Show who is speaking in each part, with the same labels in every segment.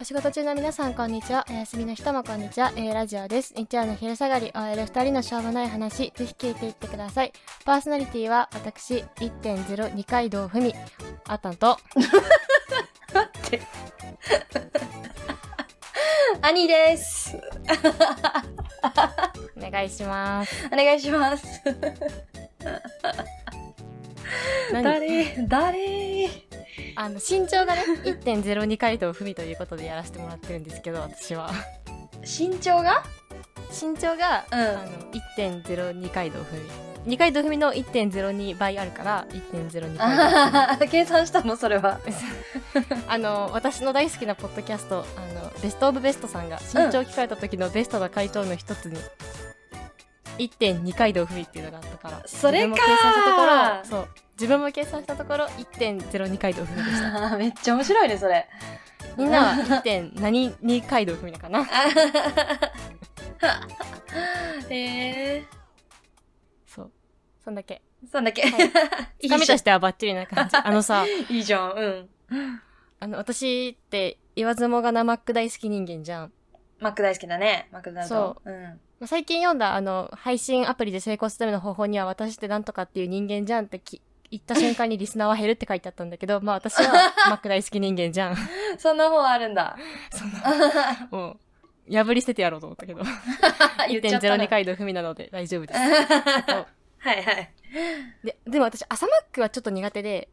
Speaker 1: お仕事中の皆さんこんにちはお休みの人もこんにちは A ラジオです日曜の昼下がり OL2 人のしょうもない話ぜひ聞いていってくださいパーソナリティは私1.0二階堂ふみあったんと
Speaker 2: 兄です。
Speaker 1: お願いします
Speaker 2: お願いします。
Speaker 1: 何
Speaker 2: 誰誰
Speaker 1: あの身長がね1.0二階堂ふみということでやらせてもらってるんですけど私は
Speaker 2: 身長が
Speaker 1: 身長が、
Speaker 2: うん
Speaker 1: あの1.0二階堂ふみ二階堂ふみの1.02倍あるから1.02階堂ふみ
Speaker 2: あー 計算したのそれは。
Speaker 1: あの私の大好きなポッドキャストあのベストオブベストさんが身長を聞かれた時のベストな回答の一つに、1.2回堂ふみっていうのがあったから
Speaker 2: それかー
Speaker 1: 自分も計算したところそう自分も計算したところ1.02回堂ふみでした
Speaker 2: あーめっちゃ面白いねそ れ。
Speaker 1: みんなは1点何2回堂ふみだかな
Speaker 2: え
Speaker 1: そうそんだけ
Speaker 2: ー、そんだっけ。
Speaker 1: はい
Speaker 2: いいじゃん
Speaker 1: 髪としてはバッチリな感じあのさ
Speaker 2: いいじゃん。うん。
Speaker 1: あの私って言わずもがなマック大好き人間じゃん
Speaker 2: マック大好きだね。マクドナルド。。
Speaker 1: そう
Speaker 2: うん。
Speaker 1: まあ最近読んだあの配信アプリで成功するための方法には私ってなんとかっていう人間じゃんってき言った瞬間にリスナーは減るって書いてあったんだけど、まあ私 はマック大好き人間じゃん。
Speaker 2: そんな本あるん だ。
Speaker 1: そんな、もう、破り捨ててやろうと思ったけ ど。
Speaker 2: 言っちゃったな
Speaker 1: 1.02回の踏みなので大丈夫です。
Speaker 2: は
Speaker 1: そ
Speaker 2: い はい。
Speaker 1: うで、でも私朝マックはちょっと苦手で、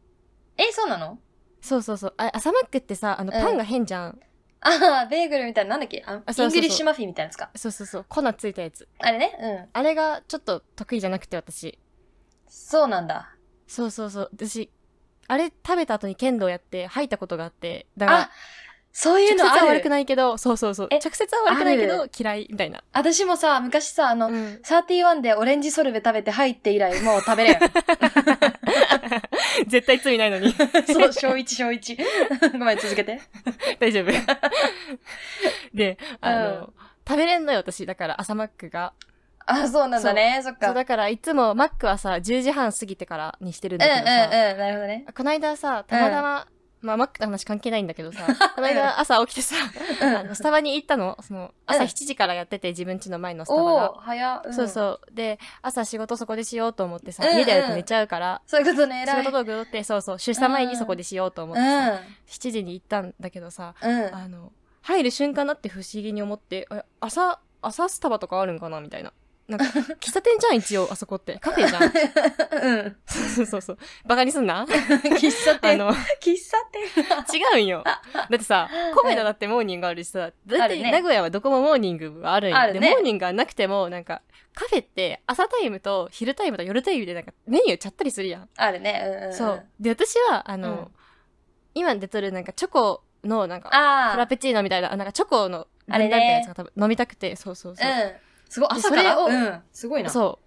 Speaker 2: え、そうなの
Speaker 1: そうそうそう、あ朝マックってさ、あの
Speaker 2: うん
Speaker 1: パンが変じゃん。
Speaker 2: ああ、ベーグルみたいな、なんだっけあ
Speaker 1: あそうそうそう
Speaker 2: イングリッシュマフィンみたいなやつか。
Speaker 1: そうそうそう、粉ついたやつ。
Speaker 2: あれね。うん。
Speaker 1: あれがちょっと得意じゃなくて私。
Speaker 2: そうなんだ。
Speaker 1: そうそうそう、私、あれ食べた後に剣道やって吐いたことがあって、だから
Speaker 2: あ、、そういう
Speaker 1: 直接
Speaker 2: のあ
Speaker 1: は悪
Speaker 2: る
Speaker 1: く。ないけど、そうそうそう。
Speaker 2: え
Speaker 1: 直接は悪くないけ
Speaker 2: あ
Speaker 1: ど、嫌いみたいな。
Speaker 2: 私もさ、昔さ、あの、
Speaker 1: うん、
Speaker 2: 31でオレンジソルベ食べて入って以来、もう食 べれん。
Speaker 1: 絶対罪ないのに。
Speaker 2: そう、小一小一 ごめん、続けて。
Speaker 1: 大丈夫。で、あの、
Speaker 2: う
Speaker 1: 食べれんのよ、私。だから、朝マックが。
Speaker 2: あ、そうなんだね。そっ
Speaker 1: そう、
Speaker 2: か。
Speaker 1: だから、いつもマックはさ、10時半過ぎてからにしてるん
Speaker 2: うん
Speaker 1: だ
Speaker 2: う
Speaker 1: け
Speaker 2: んうん。
Speaker 1: どさ、
Speaker 2: なるほどね。
Speaker 1: こないださ、たまたま、まあ、マックの話関係ないんだけどさ、この間朝起きてさ、あのスタバに行ったの。その、朝
Speaker 2: うん
Speaker 1: 7時からやってて、自分家の前のスタバ
Speaker 2: お
Speaker 1: が。
Speaker 2: おー早。ん
Speaker 1: そうそう。で、朝仕事そこでしようと思ってさ、
Speaker 2: うんうん
Speaker 1: 家でやると寝ちゃうから、
Speaker 2: そういうことね、
Speaker 1: 仕
Speaker 2: 偉い。
Speaker 1: 事道具取って、そうそう、出産前にそこでしようと思ってさ、
Speaker 2: う
Speaker 1: 7時に行ったんだけどさ、
Speaker 2: ん。うん。
Speaker 1: あの、入る瞬間だって不思議に思って、え朝、朝スタバとかあるんかなみたいな。なん か、喫茶店じゃん、一応、あそこって。カフェじゃん。
Speaker 2: うん。
Speaker 1: そうそうそう。バカにすんな
Speaker 2: 喫茶
Speaker 1: あ
Speaker 2: 店。
Speaker 1: の、
Speaker 2: 喫茶店。
Speaker 1: 違うんよ。だってさ、米田だってモーニングあるしさ、だ
Speaker 2: あ
Speaker 1: っ
Speaker 2: る
Speaker 1: て
Speaker 2: ね
Speaker 1: 名古屋はどこもモーニングはあるんよ。
Speaker 2: あるね
Speaker 1: で、モーニングがなくても、なんか、カフェって朝タイムと昼タイムと夜タイムでなんかメニューちゃったりするやん。
Speaker 2: あるね。うんうん。
Speaker 1: そう。。で、私は、あの、
Speaker 2: うん
Speaker 1: 今出とるなんかチョコのなんか、フラ
Speaker 2: あ
Speaker 1: ペチーノみたいな、あなんかチョコの
Speaker 2: あれね
Speaker 1: みたいなやつが多分飲みたくて、そうそうそう。
Speaker 2: あ。うん。すごい、
Speaker 1: で
Speaker 2: 朝から。
Speaker 1: それを
Speaker 2: うん。すごいな。う。
Speaker 1: そ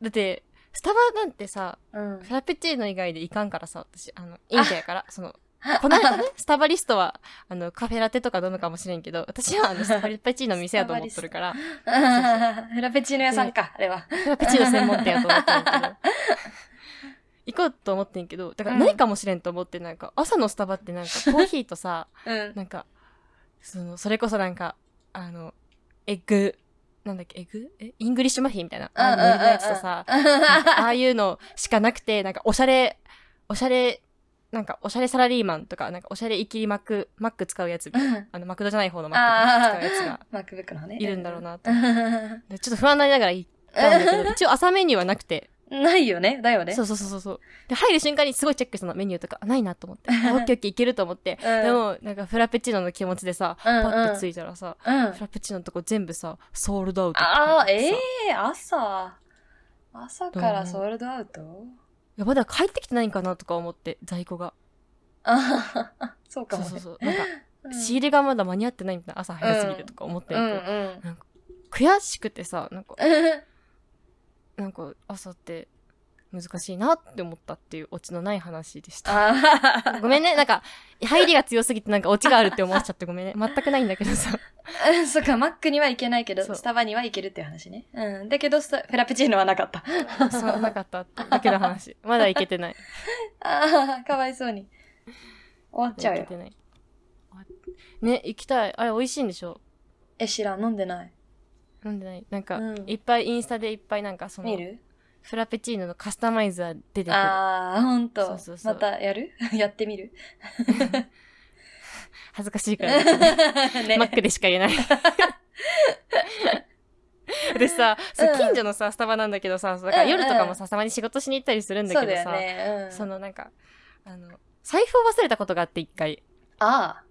Speaker 1: う。だって、スタバなんてさ、
Speaker 2: うん。
Speaker 1: フラペチーノ以外でいかんからさ、私、あの、陰キャやから、その、
Speaker 2: こ
Speaker 1: この 間ね、スタバリストは、あの、カフェラテとか飲むかもしれんけど、私 はあの、スタペチーノの店やと思っとるから、
Speaker 2: フラペチーノ屋さんか、あれは。
Speaker 1: フラペチーノ専門店やと思ってるけ ど。行こうと思ってんけど、だからないかもしれんと思って、なんか、朝のスタバってなんか、コーヒーとさ、
Speaker 2: うん。
Speaker 1: なんか、その、それこそなんか、あの、エッグ、なんだっけ、エッグえ、イングリッシュマフィンみたいな。あの、海苔のやつとさ、
Speaker 2: うんうんうんうん
Speaker 1: なんかああいうのしかなくて、なんかおしゃれ、おしゃれ、なんかおしゃれサラリーマンとか、なんかおしゃれイキリマック、マック使うやつ、
Speaker 2: うん
Speaker 1: あの、マクドじゃない方のマッ
Speaker 2: あ
Speaker 1: ク使うやつが
Speaker 2: あ、MacBook のね。
Speaker 1: いるんだろうなと。
Speaker 2: な。
Speaker 1: でちょっと不安になりながら行ったんだけ ど、一応朝メニューはなくて、
Speaker 2: ないよねだよね。
Speaker 1: そうそうそうそうそう。で、入る瞬間にすごいチェックしたの、メニューとか、あないなと思って、あオッケーオッケーいけると思って、
Speaker 2: うん
Speaker 1: でも、なんかフラペチーノの気持ちでさ、
Speaker 2: うんうん
Speaker 1: パッてついたらさ、
Speaker 2: うん。
Speaker 1: フラペチーノのとこ全部さ、ソールドアウトって書いて
Speaker 2: ああ、
Speaker 1: ってさ
Speaker 2: ええ朝。朝からソールドアウト
Speaker 1: いやまだ帰ってきてないんかなとか思って、在庫が。
Speaker 2: ああ、そうか
Speaker 1: そう
Speaker 2: も
Speaker 1: そう
Speaker 2: ね。
Speaker 1: そう。なんか、
Speaker 2: うん
Speaker 1: 仕入れがまだ間に合ってないみたいな朝早すぎてとか思ってん
Speaker 2: う
Speaker 1: けど、
Speaker 2: んうん。
Speaker 1: 悔しくてさなんかなんか朝って難しいなって思ったっていうオチのない話でした
Speaker 2: ああ、
Speaker 1: ごめんねなんか入りが強すぎてなんかオチがあるって思わせちゃってご めんね全くないんだけどさ
Speaker 2: そっか、マックには行けないけど、
Speaker 1: そう
Speaker 2: スタバには行けるっていう話ね。うん。だけど、スタフラペチーノはなかった。
Speaker 1: そうなかっただけの話まだいけてない
Speaker 2: ああ、かわいそうに。終わっちゃう
Speaker 1: い
Speaker 2: よ
Speaker 1: け。てないね、行きたい。あれ、美味しいんでしょ
Speaker 2: え、知らん、飲んでない。
Speaker 1: なんでないなんか、
Speaker 2: うん
Speaker 1: いっぱいインスタでいっぱいなんかその、
Speaker 2: 見る
Speaker 1: フラペチーノのカスタマイズは出てくる。
Speaker 2: あー、ほん
Speaker 1: そ
Speaker 2: と
Speaker 1: うそう。そう
Speaker 2: またやる やってみる
Speaker 1: 恥ずかしいから、
Speaker 2: ね
Speaker 1: マックでしか言え ない。でさ、そう
Speaker 2: うん
Speaker 1: 近所のさ、スタバなんだけどさ、そうだから夜とかもさ、たまに仕事しに行ったりするんだ
Speaker 2: そう
Speaker 1: けど
Speaker 2: だ
Speaker 1: さ、
Speaker 2: よね。うん。
Speaker 1: そのなんか、あの、財布を忘れたことがあって一回。
Speaker 2: あ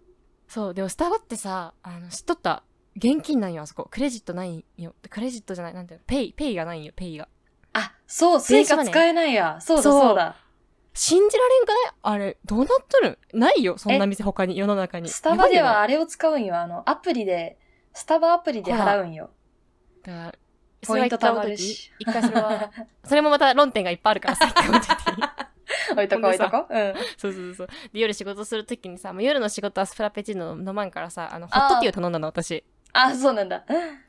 Speaker 1: そう、でもスタバってさ、あの、知っとった現金なんよ、あそこ。クレジットないんよ。クレジットじゃない、なんていうの、ペイ、ペイがないんよ、ペイが。
Speaker 2: あ。あ、そう、スイ
Speaker 1: 電子
Speaker 2: カ
Speaker 1: マネー
Speaker 2: 使えないや。そうだ、
Speaker 1: そう
Speaker 2: そうだ。
Speaker 1: 信じられんかねあれ、どうなっとるんないよ、そんな店他に、世の中に。
Speaker 2: スタバで
Speaker 1: やばい
Speaker 2: は
Speaker 1: よね
Speaker 2: あれを使うんよ。あの、アプリで、スタバアプリで払う んよ。
Speaker 1: だから
Speaker 2: ポイント貯まるし
Speaker 1: それは一回それ は、それもまた論点がいっぱいあるからさ、一回置いといていい
Speaker 2: 置いとこ
Speaker 1: ほん
Speaker 2: 置
Speaker 1: で
Speaker 2: い
Speaker 1: さ
Speaker 2: とこ。うん。
Speaker 1: そうそうそう。で、夜仕事するときにさ、もう夜の仕事はスフラペチーノ飲まんからさ、あの、ホットティーを頼んだの、私。
Speaker 2: あ、そうなんだ。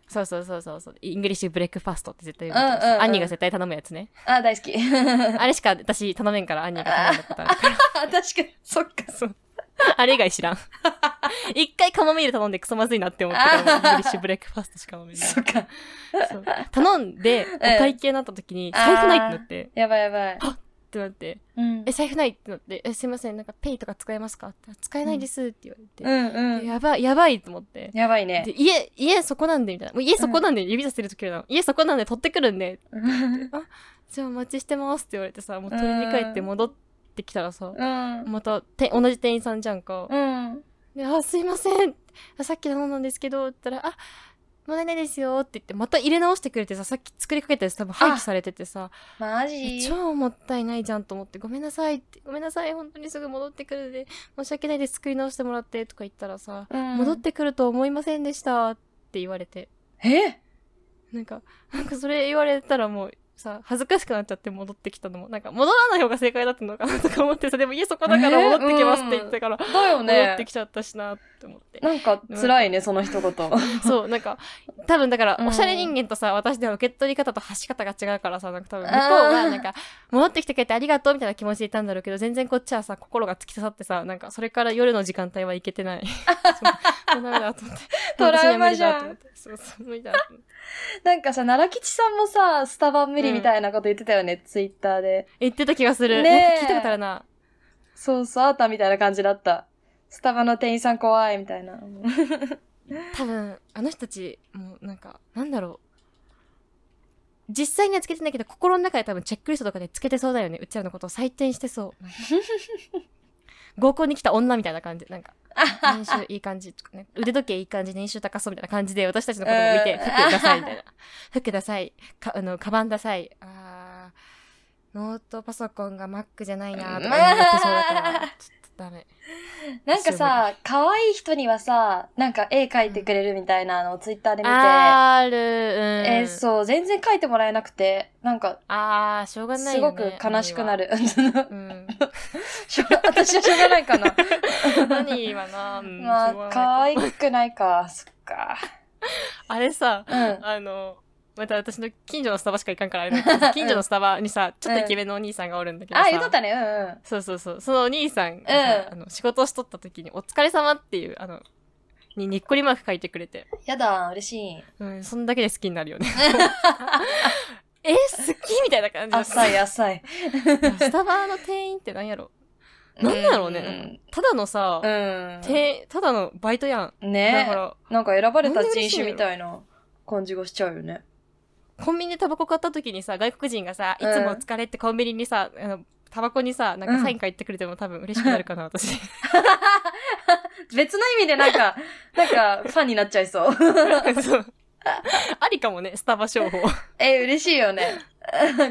Speaker 1: そうそうそうそうそう。イングリッシュブレックファストって絶対言
Speaker 2: うんうんうん
Speaker 1: アンニーが絶対頼むやつね。
Speaker 2: あ、大 好き。あ、
Speaker 1: あれしか私頼めんから、アンニーが頼んだことある か
Speaker 2: 確かに。そっか。
Speaker 1: ら。そう。あれ以外知らん。一回カモミール頼んでクソまずいなって思って イングリッシュブレックファストしか飲めない。
Speaker 2: そっか。
Speaker 1: そう頼んで、お会計になった時に、
Speaker 2: あー
Speaker 1: 財布ないってなって、
Speaker 2: やばいやばい。
Speaker 1: ってなって、
Speaker 2: うん
Speaker 1: え、。財布ないってなって、え、すいません、なんかペイとか使えますかって使えないですって言われて、
Speaker 2: うんう
Speaker 1: で
Speaker 2: ん。
Speaker 1: やばい、やばいと思って。
Speaker 2: やばいね
Speaker 1: で。家、家そこなんで、みたいな。もう家そこなんで、指さしてる時なの。家そこなんで取ってくるんで、
Speaker 2: うん。
Speaker 1: じゃあお待ちしてますって言われてさ、もう取りに帰って戻ってきたらさ、
Speaker 2: うん。
Speaker 1: またて同じ店員さんじゃんか。
Speaker 2: うん。
Speaker 1: で、あ、すいません。あさっき頼んだんですけど、って言ったら、あ、問題ないですよって言って、また入れ直してくれてさ、さっき作りかけたやつ多分廃棄されててさ、
Speaker 2: マ
Speaker 1: え
Speaker 2: ジ
Speaker 1: 超もったいないじゃんと思って、ごめんなさいって、ごめんなさい、本当にすぐ戻ってくるんで、申し訳ないです、作り直してもらって、とか言ったらさ、戻
Speaker 2: 戻
Speaker 1: っ。てくると思いませんでしたって言われて、
Speaker 2: え
Speaker 1: なんか、なんかそれ言われたらもうさ、恥ずかしくなっちゃって戻ってきたのも、なんか戻らない方が正解だったのかなとか思ってさ、でも家そこだから
Speaker 2: ね
Speaker 1: 戻ってきますって言ってたから、
Speaker 2: だよ
Speaker 1: 戻っ
Speaker 2: ね
Speaker 1: て。きちゃったしなって思って。
Speaker 2: なんか辛いね、その一言。
Speaker 1: そう、なんか、多分だから
Speaker 2: う、ん
Speaker 1: おしゃれ人間とさ、私では受け取り方と発し方が違うからさ、なんか多分向こう
Speaker 2: あ
Speaker 1: が、
Speaker 2: ー
Speaker 1: なんか、戻ってきてくれてありがとうみたいな気持ちでいたんだろうけど、全然こっちはさ、心が突き刺さってさ、なんか、それから夜の時間帯はいけて ない。そうもうダメだと思って。
Speaker 2: トラウマじゃん
Speaker 1: 私には無理だと思って。そうそう、無理だと思って。
Speaker 2: なんかさ、奈良吉さんもさ、スタバ無理みたいなこと言ってたよね、ツイッターで。
Speaker 1: 言ってた気がする。
Speaker 2: ねえ
Speaker 1: なんか聞いたことあるな。
Speaker 2: そうそう、あったみたいな感じだった。スタバの店員さん怖いみ たいな。
Speaker 1: 多分あの人たちもうなんかなんだろう実際にはつけてないけど心の中で多分チェックリストとかでつけてそうだよねうちらのことを採点して そうなんか合コンに来た女みたいな感じなんか年収いい感じとかね腕時計いい感じ年収高そうみたいな感じで私たちのことを見て
Speaker 2: うん
Speaker 1: 服くださいみ たいな服ださいかあのカバンださいあーノートパソコンが Mac じゃないなとか思ってそうだからちょっとダメ
Speaker 2: なんかさ、可愛い人にはさ、なんか絵描いてくれるみたいなのをツイッターで見て、
Speaker 1: ある、うん、
Speaker 2: えーそう、全然描いてもらえなくて、なんか、
Speaker 1: あーしょうがない
Speaker 2: す
Speaker 1: よ
Speaker 2: ご
Speaker 1: ね
Speaker 2: く悲しくなる。
Speaker 1: うん。
Speaker 2: しょう私はしょうがないかな。
Speaker 1: 何今な、うんしょう
Speaker 2: ま
Speaker 1: が
Speaker 2: あ、可
Speaker 1: ない
Speaker 2: 愛くないか、そっか。
Speaker 1: あれさ、
Speaker 2: うん。
Speaker 1: あの、また私の近所のスタバしか行かんから あれだけど、近所のスタバにさ、ちょっとイケメンのお兄さんがおるんだけどさ。
Speaker 2: あ、言うとったね、うんうん。
Speaker 1: そうそうそう。そのお兄さんがさ、
Speaker 2: うん
Speaker 1: あの仕事をしとった時に、お疲れ様っていう、あの、ににっこりマーク書いてくれて。
Speaker 2: やだ、嬉しい。
Speaker 1: うん、そんだけで好きになるよ ね。え、好きみたいな感じ
Speaker 2: 浅い、浅い。
Speaker 1: スタバの店員って何やろなんだろうねただのさ、
Speaker 2: うん。
Speaker 1: 店ただのバイトやん。
Speaker 2: う
Speaker 1: だか
Speaker 2: ん。ね
Speaker 1: ら、
Speaker 2: なんか選ばれた人種みたいな感じがしちゃうよね。
Speaker 1: コンビニでタバコ買った時にさ、外国人がさ、いつ
Speaker 2: うん
Speaker 1: もお疲れってコンビニにさ、あの、タバコにさ、なん
Speaker 2: う
Speaker 1: か
Speaker 2: ん
Speaker 1: サイン書いてくれても多分嬉しくなるかな、私。
Speaker 2: 別の意味でな んか、なんか、ファンになっちゃい そう。
Speaker 1: そう。 ありかもね、スタバ商 法。
Speaker 2: え、嬉しいよ ね。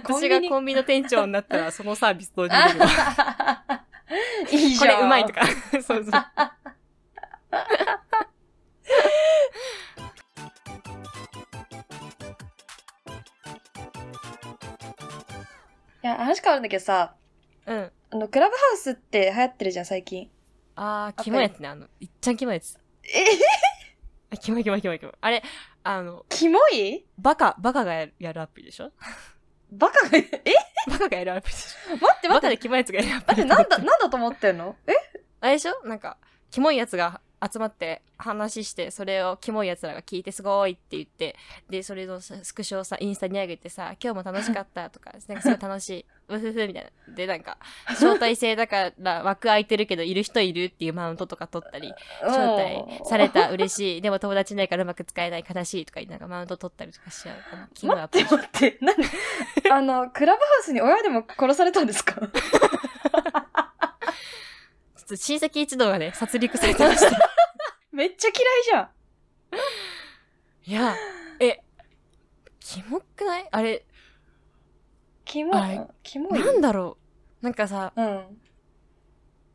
Speaker 1: 私がコ
Speaker 2: ン
Speaker 1: ンビニの店長にな ったら、そのサービス導入できるわ
Speaker 2: あいいじゃ ん。
Speaker 1: これうまいとか。 そうそう。
Speaker 2: いや、話変わるんだけどさ、
Speaker 1: うん。
Speaker 2: あの、クラブハウスって流行ってるじゃん、最近。
Speaker 1: あー、キモいやつね、あの、いっちゃんキモいやつ。
Speaker 2: え、
Speaker 1: あキモいキモいキモいキモい。あれ、あの、
Speaker 2: キモい
Speaker 1: バカ、バカがやるやるアプリでしょ
Speaker 2: バカが、え
Speaker 1: バカがやるアプリでしょ
Speaker 2: 待って
Speaker 1: バ
Speaker 2: 待
Speaker 1: カ
Speaker 2: っ
Speaker 1: で
Speaker 2: て。
Speaker 1: キモいやつがやるアプ
Speaker 2: 待っ
Speaker 1: リ。
Speaker 2: て、なんだ、なんだと思ってんのえ
Speaker 1: あれでしょなんか、キモいやつが集まって話してそれをキモいやつらが聞いてすごいって言ってでそれのさスクショをさインスタに上げてさ今日も楽しかったとかなんかすごい楽しい。うふふみたいな。で、なんか、招待制だから枠空いてるけど、いる人いるっていうマウントとか取ったり、招待された嬉しい。でも友達いないからうまく使えない悲しいとか言いながらマウント取ったりとかしちゃう。あのキモい
Speaker 2: 待
Speaker 1: ア
Speaker 2: っ
Speaker 1: プ
Speaker 2: て
Speaker 1: リ
Speaker 2: 待って、 何あの、クラブハウスに親でも殺されたんですか
Speaker 1: ちょっと親戚一同がね、殺戮されてました。
Speaker 2: めっちゃ嫌いじゃん。
Speaker 1: いや、え、キモくないあれ、
Speaker 2: キモ
Speaker 1: あれ、
Speaker 2: キモい。
Speaker 1: なんだろう。なんかさ、
Speaker 2: うん。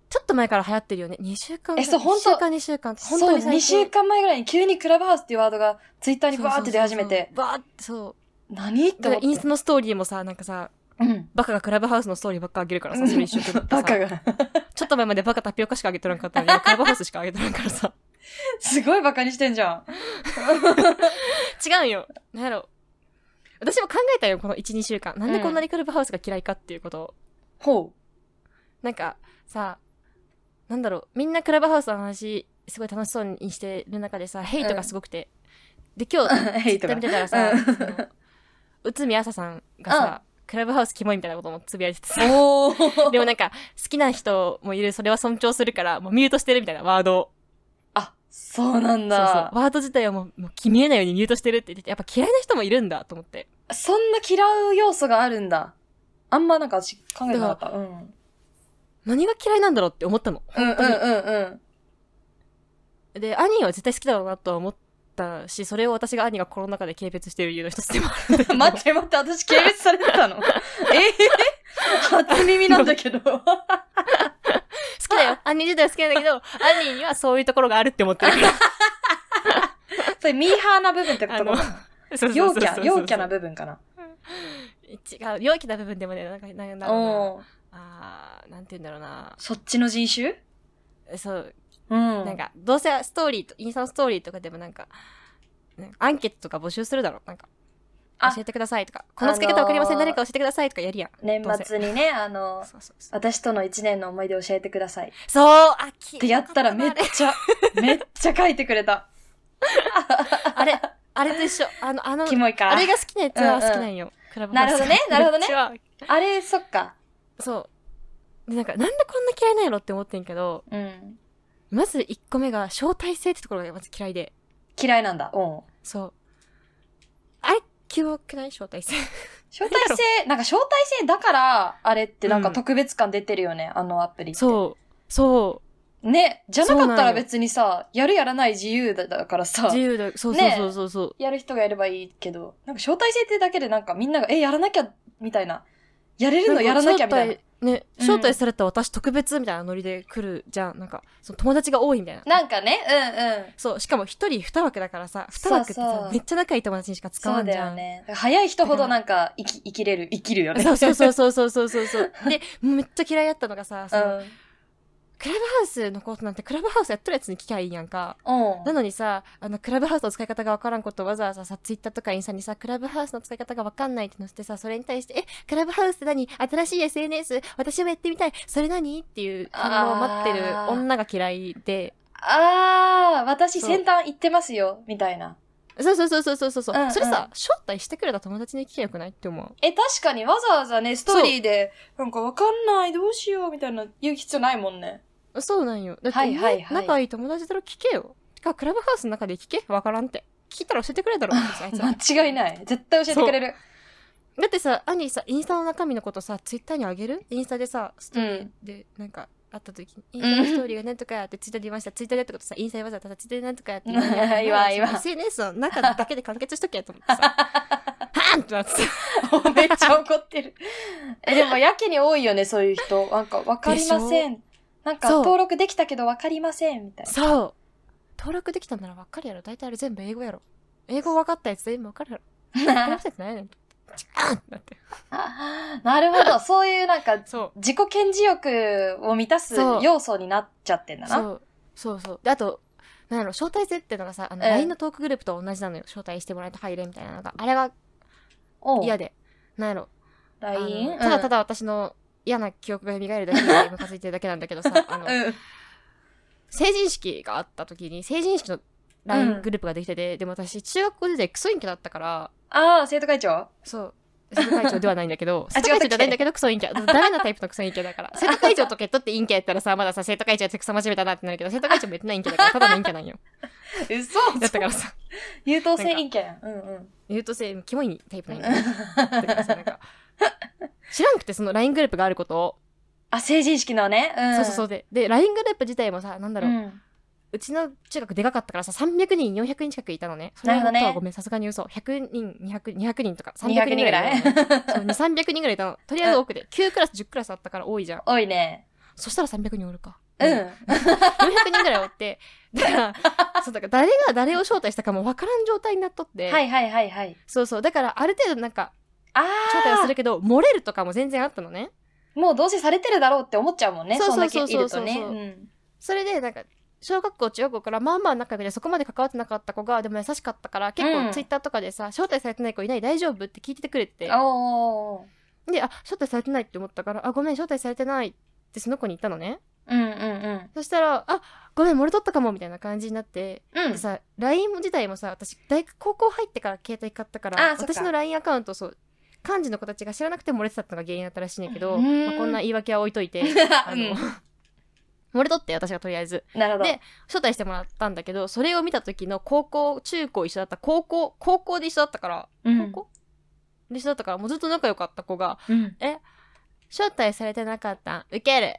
Speaker 1: ちょっと前から流行ってるよね。2週間ぐらい。
Speaker 2: えそうほんと
Speaker 1: 1週間、2週間。本
Speaker 2: そう、2週間前ぐらいに急にクラブハウスっていうワードがツイッター
Speaker 1: 間
Speaker 2: にバーって出始めて、。
Speaker 1: バーって、そう。
Speaker 2: 何って
Speaker 1: だか
Speaker 2: 思
Speaker 1: ら
Speaker 2: って。
Speaker 1: インスタのストーリーもさ、なんかさ、
Speaker 2: うん。
Speaker 1: バカがクラブハウスのストーリーばっか上げるからさ、それ一緒懸命
Speaker 2: バカ
Speaker 1: さ。
Speaker 2: が。
Speaker 1: ちょっと前までバカタピオカしか上げてなかったのに、クラブハウスしか上げてないからさ。
Speaker 2: すごいバカにしてんじゃん。
Speaker 1: 違うよ。なんやろう。私も考えたよ、この1、2週間。なんでこんなにクラブハウスが嫌いかっていうことを。
Speaker 2: ほ
Speaker 1: なんかさ、なんだろう、みんなクラブハウスの話、すごい楽しそうにしてる中でさ、ヘイトがすごくて。で、今日、
Speaker 2: う。 ヘイ
Speaker 1: ツイッター
Speaker 2: トが
Speaker 1: 見。てたらさ、
Speaker 2: うん
Speaker 1: その内海朝さんがさ、クラブハウスキモいみたいなこともつぶやいててさ、
Speaker 2: お
Speaker 1: でも
Speaker 2: ー。
Speaker 1: なんか、好きな人もいる、それは尊重するから、もうミュートしてるみたいなワードを。
Speaker 2: あ、そうなん
Speaker 1: そうそう。
Speaker 2: だ。
Speaker 1: ワード自体はもう、もう決めえないようにミュートしてるって言ってて、やっぱ嫌いな人もいるんだと思って。
Speaker 2: そんな嫌う要素があるんだ。あんまなんかし考えてなかった。うん。うん
Speaker 1: 何が嫌いなんだろうって思ったの。
Speaker 2: うん
Speaker 1: 当に
Speaker 2: うんうん。
Speaker 1: で、アニーは絶対好きだろうなとは思ったし、それを私がアニーがコロナ禍で軽蔑してる理由の一つでも あるんだけど。
Speaker 2: 待って待って、私軽蔑されて たのえー、初耳なんだけど。
Speaker 1: 好きだよ。 アニー自体は好きなんだけど、アニーにはそういうところがあるって思ってるから。
Speaker 2: それミーハーな部分ってこと
Speaker 1: あの
Speaker 2: か。
Speaker 1: そうそう
Speaker 2: 陽
Speaker 1: そう
Speaker 2: キャ、陽キャな
Speaker 1: 部
Speaker 2: 部分かな。
Speaker 1: 分。違う、陽キャな部分でもね、なんか、なんだろう
Speaker 2: おー
Speaker 1: な。あー、なんて言うんだろうな。
Speaker 2: そっちの人種
Speaker 1: そう、
Speaker 2: うん。
Speaker 1: なんか、どうせストーリーと、インスタのストーリーとかでもなんか、なんかアンケートとか募集するだろ。なんか、
Speaker 2: あ
Speaker 1: 教えてくださいとか、この付け方わかりません、
Speaker 2: あのー
Speaker 1: 誰か教えてくださいとかやるやん。
Speaker 2: 年
Speaker 1: どうせ
Speaker 2: 末にね、あの、
Speaker 1: そうそうそう。
Speaker 2: 私との一年の思い出教えてください。っ
Speaker 1: そう、あ、き
Speaker 2: てやったらめっ
Speaker 1: あれ、
Speaker 2: ちゃ、めっちゃ書いてくれた。
Speaker 1: あれ、あれと一緒。あの、あの、
Speaker 2: キモいか。
Speaker 1: あれが好きなやつは好きなんよ。クラブハウス
Speaker 2: なるほどねなるほどね
Speaker 1: うちは
Speaker 2: あれ、そっか。
Speaker 1: そう。で、なんか、なんでこんな嫌いなんやろって思ってんけど、
Speaker 2: うん。
Speaker 1: まず1個目が、招待制ってところがまず嫌いで。
Speaker 2: 嫌いなんだ。うん。
Speaker 1: そう。あれ、キモくない招待制。
Speaker 2: 招待制、なんか招待制だから、あれってなん
Speaker 1: う
Speaker 2: か
Speaker 1: ん
Speaker 2: 特別感出てるよね、あのアプリって。
Speaker 1: そう。そう。
Speaker 2: う。ね、じゃな
Speaker 1: そ
Speaker 2: か
Speaker 1: う
Speaker 2: っ
Speaker 1: な
Speaker 2: た
Speaker 1: んよ
Speaker 2: ら別にさ、やるやらない自由だだからさ
Speaker 1: 自、由だ。そうそう
Speaker 2: ねえ
Speaker 1: そうそうそう。
Speaker 2: やる人がやればいいけど、なんか招待制ってだけでなんかみんなが、え、やらなきゃ、みたいな。やれるのやらなきゃ、みたいな。
Speaker 1: な。ね、
Speaker 2: うん
Speaker 1: 招待された私特別みたいなノリで来るじゃん。なんか、その友達が多いみたいな。
Speaker 2: なんかね、うんうん。
Speaker 1: そう、しかも一人二枠だからさ、二
Speaker 2: そうそう
Speaker 1: 枠ってさ、めっちゃ仲いい友達にしか使
Speaker 2: そ
Speaker 1: わ
Speaker 2: うんだ
Speaker 1: じゃん。
Speaker 2: よね。早い人ほどなんか生き、生きれる、生きるよね。
Speaker 1: そうそうそうそうそうそうそう そう。で、もうめっちゃ嫌いだったのがさ、その
Speaker 2: うん。
Speaker 1: クラブハウスのことなんてクラブハウスやっとるやつに聞きゃいいやんか。
Speaker 2: うん。
Speaker 1: なのにさ、あの、クラブハウスの使い方がわからんことをわざわざさ、ツイッターとかインスタにさ、クラブハウスの使い方がわかんないって載せてさ、それに対して、え、クラブハウスって何新しい SNS? 私もやってみたい。それ何っていう反応を待ってる
Speaker 2: あー
Speaker 1: 女が嫌いで、
Speaker 2: あー、私
Speaker 1: そう
Speaker 2: 先端行ってますよ、みたいな。
Speaker 1: そうそうそうそうそうそう。う
Speaker 2: うんうん
Speaker 1: それさ、招待してくれた友達に聞きゃよくないって思う。
Speaker 2: え、確かにわざわざね、ストーリーで、なんかわかんない、どうしよう、みたいな言う必要ないもんね。
Speaker 1: そうなんよ。だって、
Speaker 2: はいはいはい
Speaker 1: 仲いい友達だろ聞けよ。てか、クラブハウスの中で聞けわからんって。聞いたら教えてくれるだ ろ、あいつら。
Speaker 2: 間違いない。絶対教えてくれる。
Speaker 1: だってさ、アニーさ、インスタの中身のことさ、ツイッターにあげるインスタでさ、ストーリーで、なんか、あった時に、インスタのストーリーがなんとかやってツイッターで言いました、ツイッターでってことさ、インスタでわざわざツイッターでなんとかやって言うの やめろ
Speaker 2: いいわいいわ
Speaker 1: SNS の中だけで完結しとけやと思ってさ、はーんってなってさ、
Speaker 2: めっちゃ怒ってる。え、でもやけに多いよね、そういう人。なんかわかりません。なんか
Speaker 1: そう
Speaker 2: 登録できたけどわかりません、みたい な。
Speaker 1: そう登録できたんならわかるやろ。大体あれ全部英語やろ。英語わかったやつ全部わかるやろ。わ かりませんってないねん。チカーンってなって。
Speaker 2: あなるほど。そういうなんか、
Speaker 1: そう。
Speaker 2: 自己顕示欲を満たす
Speaker 1: そう
Speaker 2: 要素になっちゃってんだ
Speaker 1: そ
Speaker 2: な。
Speaker 1: うそうそうであとなんだろう招待制っていうのがさあの、
Speaker 2: うん
Speaker 1: LINE のトークグループと同じなのよ招待してもらえて入れみたいなのがあれが
Speaker 2: おう
Speaker 1: 嫌でなんやろあの
Speaker 2: LINE?
Speaker 1: ただただ 私の嫌な記憶が蘇るだけでムカついてるだけなんだけどさあの
Speaker 2: うん。うん。
Speaker 1: 成人式があった時に成人式の LINE グループができてて、でも私中学校時代クソ陰キャだったから
Speaker 2: ああ、生徒会長
Speaker 1: そう生徒会長ではないんだけ ど
Speaker 2: あ
Speaker 1: 生
Speaker 2: 違
Speaker 1: 徒
Speaker 2: ったっけ
Speaker 1: 会長じゃないんだけどクソ陰キ ャダメなタイプのクソ陰キャだから生徒会長とケットって陰キャやったらさま ださ生徒会長やってクソ真面目だなってなるけど生徒会長も別な陰キャだからただの陰キャなん よ
Speaker 2: 嘘
Speaker 1: だったからさ
Speaker 2: 優等生意見やん。うんうん。
Speaker 1: 優等生キモいタイプなん よだからさなんか知らんくてその LINE グループがあることを、
Speaker 2: あ、成人式のね。うん。
Speaker 1: そうそうそうでで LINE グループ自体もさなんだろう、
Speaker 2: うん。
Speaker 1: うちの中学でかかったからさ300人400人近くいたのねそれ
Speaker 2: なるほどね
Speaker 1: とはごめんさすがに嘘100人200 200人とか300人
Speaker 2: 200人
Speaker 1: ぐ
Speaker 2: ぐ
Speaker 1: ら
Speaker 2: ら
Speaker 1: い
Speaker 2: い
Speaker 1: い たのねそう200300人ぐらいいたのとりあえず多くて9クラス10クラスあったから多いじゃん
Speaker 2: 多いね。
Speaker 1: そしたら300人おるか
Speaker 2: うん。
Speaker 1: 400人ぐらいおってだからそうだから誰が誰を招待したかも分からん状態になっとって、
Speaker 2: はいはいはいはい。
Speaker 1: そうそうだからある程度なんか
Speaker 2: あ
Speaker 1: 招待はす
Speaker 2: あ
Speaker 1: るけど漏れるとかも全然あったのね
Speaker 2: もうどうせされてるだろうって思っちゃうもんね。
Speaker 1: そう
Speaker 2: そん
Speaker 1: そう
Speaker 2: だ
Speaker 1: そ
Speaker 2: け
Speaker 1: う
Speaker 2: い
Speaker 1: そう
Speaker 2: る
Speaker 1: そ
Speaker 2: と
Speaker 1: う
Speaker 2: ね。うん。
Speaker 1: それでなんか小学校中学校からまあまあ仲良くてそこまで関わってなかった子がでも優しかったから結
Speaker 2: う
Speaker 1: 構
Speaker 2: ん
Speaker 1: ツイッターとかでさ、招待されてない子いない大丈夫って聞いててくれて
Speaker 2: おー。
Speaker 1: であ招待されてないって思ったからあごめん招待されてないってその子に言ったのね
Speaker 2: うんうんうん。
Speaker 1: そしたらあごめん漏れとったかもみたいな感じになって、
Speaker 2: うん
Speaker 1: で。さ LINE 自体もさ私大学高校入ってから携帯買ったから
Speaker 2: あそっか
Speaker 1: 私の LINE アカウントそう幹事の子たちが知らなくて漏れてたってのが原因だったらしいんやけど、
Speaker 2: うーん
Speaker 1: まあこんな言い訳は置いと いて あの、漏れとって私がとりあえず
Speaker 2: うんなるほど。
Speaker 1: で招待してもらったんだけどそれを見た時の高校中高一緒だった高校高校で一緒だったから
Speaker 2: うん
Speaker 1: 高校、で一緒だったからもうずっと仲良かった子が
Speaker 2: うん。
Speaker 1: 「招待されてなかったウケる!」って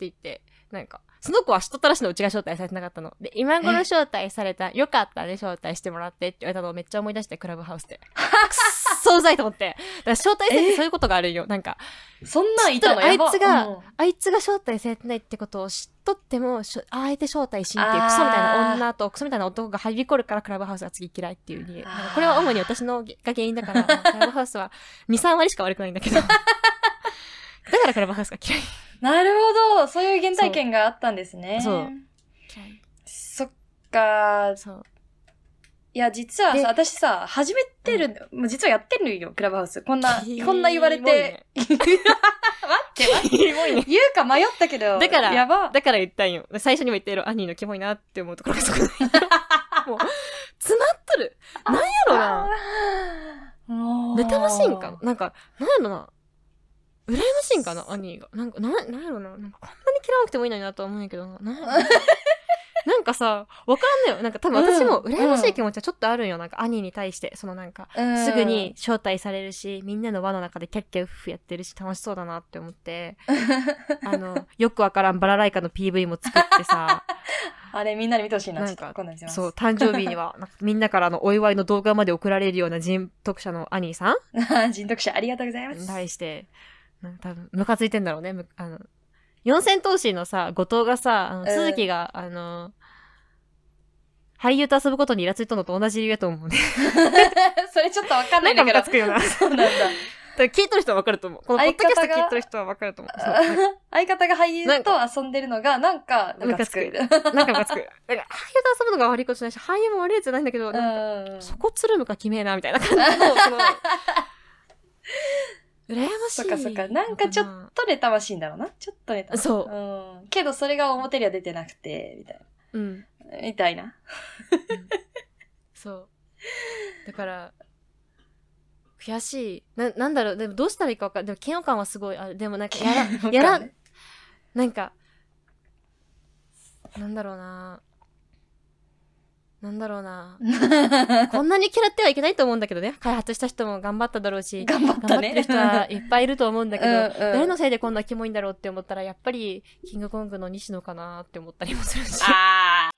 Speaker 1: 言ってなんかその子は知っとったらしいのうちが招待されてなかったので今頃招待されたよかったね招待してもらってって言われたのをめっちゃ思い出してクラブハウス でくっそうざいと思ってだから招待制ってそういうことがあるんよなんか
Speaker 2: そんなんいたの
Speaker 1: ちょっ
Speaker 2: や
Speaker 1: と
Speaker 2: ば
Speaker 1: あいつが
Speaker 2: うん
Speaker 1: あいつが招待されてないってことを知っとっても、しょあえて招待しんっていうクソみたいな女とクソみたいな男が入りこるからクラブハウスが次嫌いっていう理由。
Speaker 2: あー
Speaker 1: なんかこれは主に私のが原因だ から、まあクラブハウスは2、3割しか悪くないんだ けど。だからクラブハウスが嫌い。
Speaker 2: なるほど。そういう原体験があったんですね。
Speaker 1: そう
Speaker 2: そっか。
Speaker 1: そう。
Speaker 2: いや、実は
Speaker 1: で
Speaker 2: さ、私さ、始めてる、もう実はやってるよ、クラブハウス。こ んな、
Speaker 1: キモいね
Speaker 2: こんな言われて。待って、待って。言うか迷ったけど。
Speaker 1: だから
Speaker 2: やば。
Speaker 1: だから言ったんよ。最初にも言ったよ。アニーのキモいなって思うところが そこだよもう、詰まっとる。なんやろな。
Speaker 2: もう。
Speaker 1: 妬ましいんかななんか、なんやろな。羨ましいんかな兄が。なんか、な、なんやろな。なんかこんなに嫌わなくてもいいのになとは思うんやけどな。なんやろななんかさ、わからんのよ。なんか多分私も
Speaker 2: うん
Speaker 1: 羨ましい気持ちはちょっとあるんよ。なんか兄に対して、そのなんか、
Speaker 2: うん
Speaker 1: すぐに。 招待されるし、みんなの輪の中でキャッキャウフフやってるし、楽しそうだなって思って、あ の、よくわからんバラライカの PV も作ってさ、
Speaker 2: あれ、みんなに見てほしいな。
Speaker 1: な
Speaker 2: ちょ
Speaker 1: ん
Speaker 2: っ
Speaker 1: か
Speaker 2: と今度見せます。
Speaker 1: そう、誕生日には、なんかみんなからのお祝いの動画まで送られるような人徳者の兄さん
Speaker 2: 人徳者、ありがとうございます。
Speaker 1: 対して、なんか多分、ムカついてんだろうね。むあの、四千頭身のさ、後藤がさ、あの
Speaker 2: ん
Speaker 1: 鈴木が、あの、俳優と遊ぶことにイラついたのと同じ理由やと思うね。
Speaker 2: それちょっとわかんな
Speaker 1: ないんか
Speaker 2: んだ
Speaker 1: ムカ
Speaker 2: けど。
Speaker 1: つくよな。だか
Speaker 2: そうなんだ。
Speaker 1: ら 聞いとる人はわかると思う。このポッドキャスト
Speaker 2: 相方が
Speaker 1: 聞いとる人はわかると思う。そう
Speaker 2: 相方が俳優と遊んでるのが、なんか、
Speaker 1: ム
Speaker 2: ム
Speaker 1: カ
Speaker 2: カ
Speaker 1: つ
Speaker 2: つ
Speaker 1: く
Speaker 2: く。
Speaker 1: なんかムカつく。なんか、俳優と遊ぶのが悪いことじゃないし、俳優も悪いやつじゃないんだけど、
Speaker 2: う
Speaker 1: なんか
Speaker 2: ん。
Speaker 1: そこつるむか決めえな、みたいな感じの、その、羨ましい。
Speaker 2: そっかそっかなんかちょっちょっとネタましいんだろうな。ちょっとネタましい。。
Speaker 1: そう
Speaker 2: うん。けどそれが表には出てなくて、みたい
Speaker 1: と。うん。
Speaker 2: な。みたいな。
Speaker 1: そう。だから、悔しい。な、なんだろう、でもどうしたらいいかわかんない。でも嫌悪感はすごいある。でもなんか、やら、やら、なんか、なんだろうななんだろうなこんなに嫌ってはいけないと思うんだけどね。開発した人も頑張っただろうし、
Speaker 2: 頑張っ
Speaker 1: 頑
Speaker 2: た
Speaker 1: 張ってる
Speaker 2: ね。
Speaker 1: 人はいっぱいいると思うんだけど、
Speaker 2: うんうん
Speaker 1: 誰のせいでこんなキモいんだろうって思ったら、やっぱり、キングコングの西野かなって思ったりもするし。
Speaker 2: あ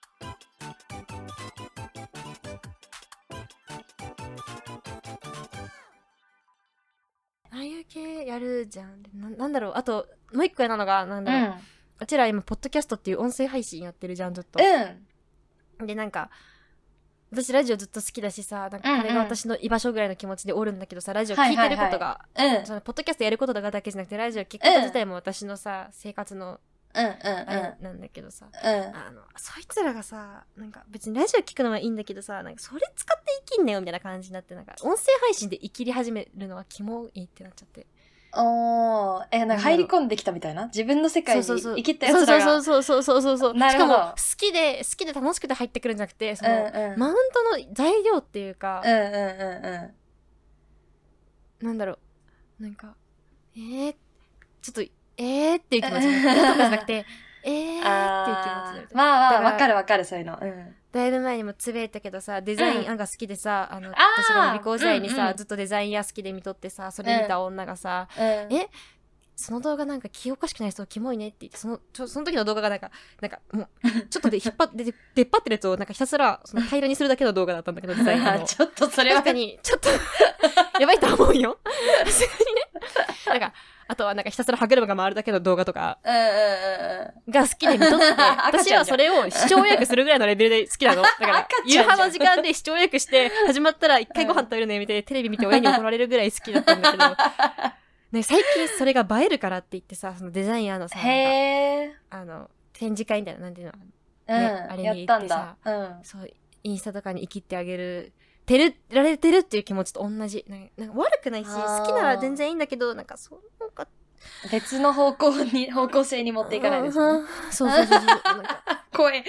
Speaker 1: ああいう系やるじゃん。ななんだろう。あと、もう一個嫌なのが、なんだろう。
Speaker 2: ー
Speaker 1: うちら今、ポッドキャストっていう音声配信やってるじゃん、ずっと。
Speaker 2: うん。うん。
Speaker 1: で、なんか、私ラジオずっと好きだしさ、なん
Speaker 2: うん
Speaker 1: か
Speaker 2: うん
Speaker 1: これが私の居場所ぐらいの気持ちでおるんだけどさ、ラジオ聞いてることが、
Speaker 2: うん。
Speaker 1: そのポッドキャストやることがだけじゃなくて、ラジオ聞くこと自体も私のさ、生活の
Speaker 2: うん。
Speaker 1: あれなんだけどさ、
Speaker 2: うん。うん。
Speaker 1: あの、そいつらがさ、なんか別にラジオ聞くのはいいんだけどさ、なんかそれ使って生きんなよみたいな感じになって、なんか音声配信で生きり始めるのはキモいってなっちゃって。
Speaker 2: おー、え、なんか入り込んできたみたいな自分の世界に
Speaker 1: そうそうそう
Speaker 2: 生きったやつらが。う
Speaker 1: そうそうそうそうそうそうそう
Speaker 2: な
Speaker 1: し
Speaker 2: る
Speaker 1: か
Speaker 2: ほ
Speaker 1: も
Speaker 2: ど
Speaker 1: 好きで好きで楽しくて入ってくるんじゃなくてその、
Speaker 2: んうん。
Speaker 1: マウントの材料っていうか
Speaker 2: うん、うんうんうん。
Speaker 1: なんだろうなんかえー、ちょっとえーっていう気持ちになる男じゃ なくてえーっていう気持ち
Speaker 2: あ
Speaker 1: になる
Speaker 2: ーまあ
Speaker 1: だ
Speaker 2: ま
Speaker 1: から
Speaker 2: あ、わかるわかる、そういうの。うん。
Speaker 1: だいぶ前にもつぶやいたけどさデザイン案が好きでさ、あの
Speaker 2: ー
Speaker 1: 私が美校時代にさ、
Speaker 2: うんうん
Speaker 1: ずっとデザイン屋好きで見とってさそれ見た女がさ、
Speaker 2: え
Speaker 1: え その動画なんか気おかしくない人キモいねって言ってそのちょその時の動画がなんかなんかもうちょっとで引っ張ってで 出っ張ってるやつをなんかひたすらその平らにするだけの動画だったんだけどデザイン 案の
Speaker 2: ちょっとそれは
Speaker 1: 確かにちょっとやばいとは思うよさすがにねなんかあとはなんかひたすら歯車が回るだけの動画とか
Speaker 2: うんうんうんうん。
Speaker 1: が好きで見とって
Speaker 2: 赤
Speaker 1: 私
Speaker 2: ちゃ
Speaker 1: は
Speaker 2: んじゃ
Speaker 1: そ
Speaker 2: ん
Speaker 1: れを視聴予約するぐらいのレベルで好き なのだから
Speaker 2: 赤ち
Speaker 1: 夕
Speaker 2: ゃんじ
Speaker 1: 飯
Speaker 2: ゃん
Speaker 1: の時間で視聴予約して始まったら一回ご飯食べるのやめてテレビ見て親に怒られるぐらい好きだったん だけどね最近それが映えるからって言ってさそのデザインあのさなんか
Speaker 2: へえ。
Speaker 1: あの展示会みたいななんていうの
Speaker 2: うん、
Speaker 1: あれ
Speaker 2: や
Speaker 1: に行って
Speaker 2: ったんだ。うん。
Speaker 1: そうインスタとかに生きてあげるてるられてるっていう気持ちと同じなんかなんか悪くないし
Speaker 2: あー
Speaker 1: 好きなら全然いいんだけどなんかそのか
Speaker 2: 別の方向に、 方向性に持ってい かないです、ね。
Speaker 1: そうそうそうそうなんか
Speaker 2: 怖い。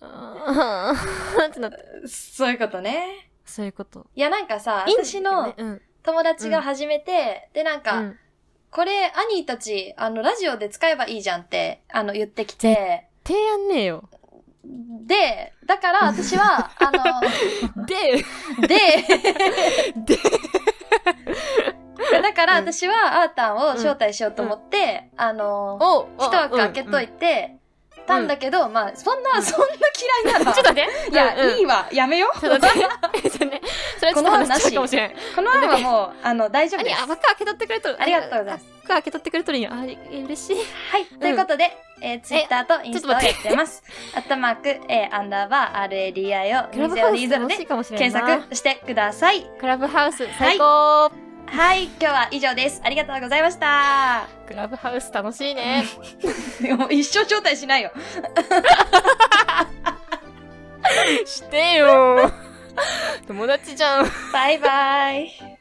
Speaker 1: あーってなって
Speaker 2: そういうことね。
Speaker 1: そういうこと
Speaker 2: いや、なんかさ、
Speaker 1: いいんだけ
Speaker 2: 私
Speaker 1: ど
Speaker 2: の
Speaker 1: ねうん
Speaker 2: 友達が始めて、で、なんか、
Speaker 1: うん
Speaker 2: これ、兄たち、あの、ラジオで使えばいいじゃんって、あの、言ってきて、
Speaker 1: 提案ねえよ。
Speaker 2: で、だから私は、あ
Speaker 1: で、
Speaker 2: の、で、
Speaker 1: で、
Speaker 2: だから
Speaker 1: うん
Speaker 2: 私は、アータンを招待しようと思って、あの、
Speaker 1: お
Speaker 2: 一枠開けとい
Speaker 1: て。
Speaker 2: て、たんだけど、まあ、そん
Speaker 1: う
Speaker 2: な、
Speaker 1: ん
Speaker 2: そんな嫌いな
Speaker 1: ちょ
Speaker 2: ら
Speaker 1: っと待って。
Speaker 2: いや、
Speaker 1: うんうん
Speaker 2: いいわ。やめよう。
Speaker 1: ちょっと待って。ちょっとね。それはちょっと話しちゃうかもしれん。
Speaker 2: この案はもう、あの、大丈夫
Speaker 1: あ
Speaker 2: で
Speaker 1: り
Speaker 2: す。
Speaker 1: ゃ、枠開けとってくれとる。
Speaker 2: ありがとうございます。
Speaker 1: 枠開けとってくれとるんや。あり、嬉しい。
Speaker 2: はい。ということで、えー、ツイッターとインスタをや
Speaker 1: ちょっと待っ
Speaker 2: ってます。アットマーク、えー、アンダーバー、RADIO、
Speaker 1: クラブハウス
Speaker 2: 2020
Speaker 1: 楽し
Speaker 2: で
Speaker 1: いかもしれん
Speaker 2: 検
Speaker 1: な。
Speaker 2: 索してください。
Speaker 1: クラブハウス最高。
Speaker 2: はい。今日は以上です。ありがとうございました。
Speaker 1: クラブハウス楽しいね。
Speaker 2: もう一生招待しないよ。
Speaker 1: してよ。友達じゃん。
Speaker 2: バイバイ。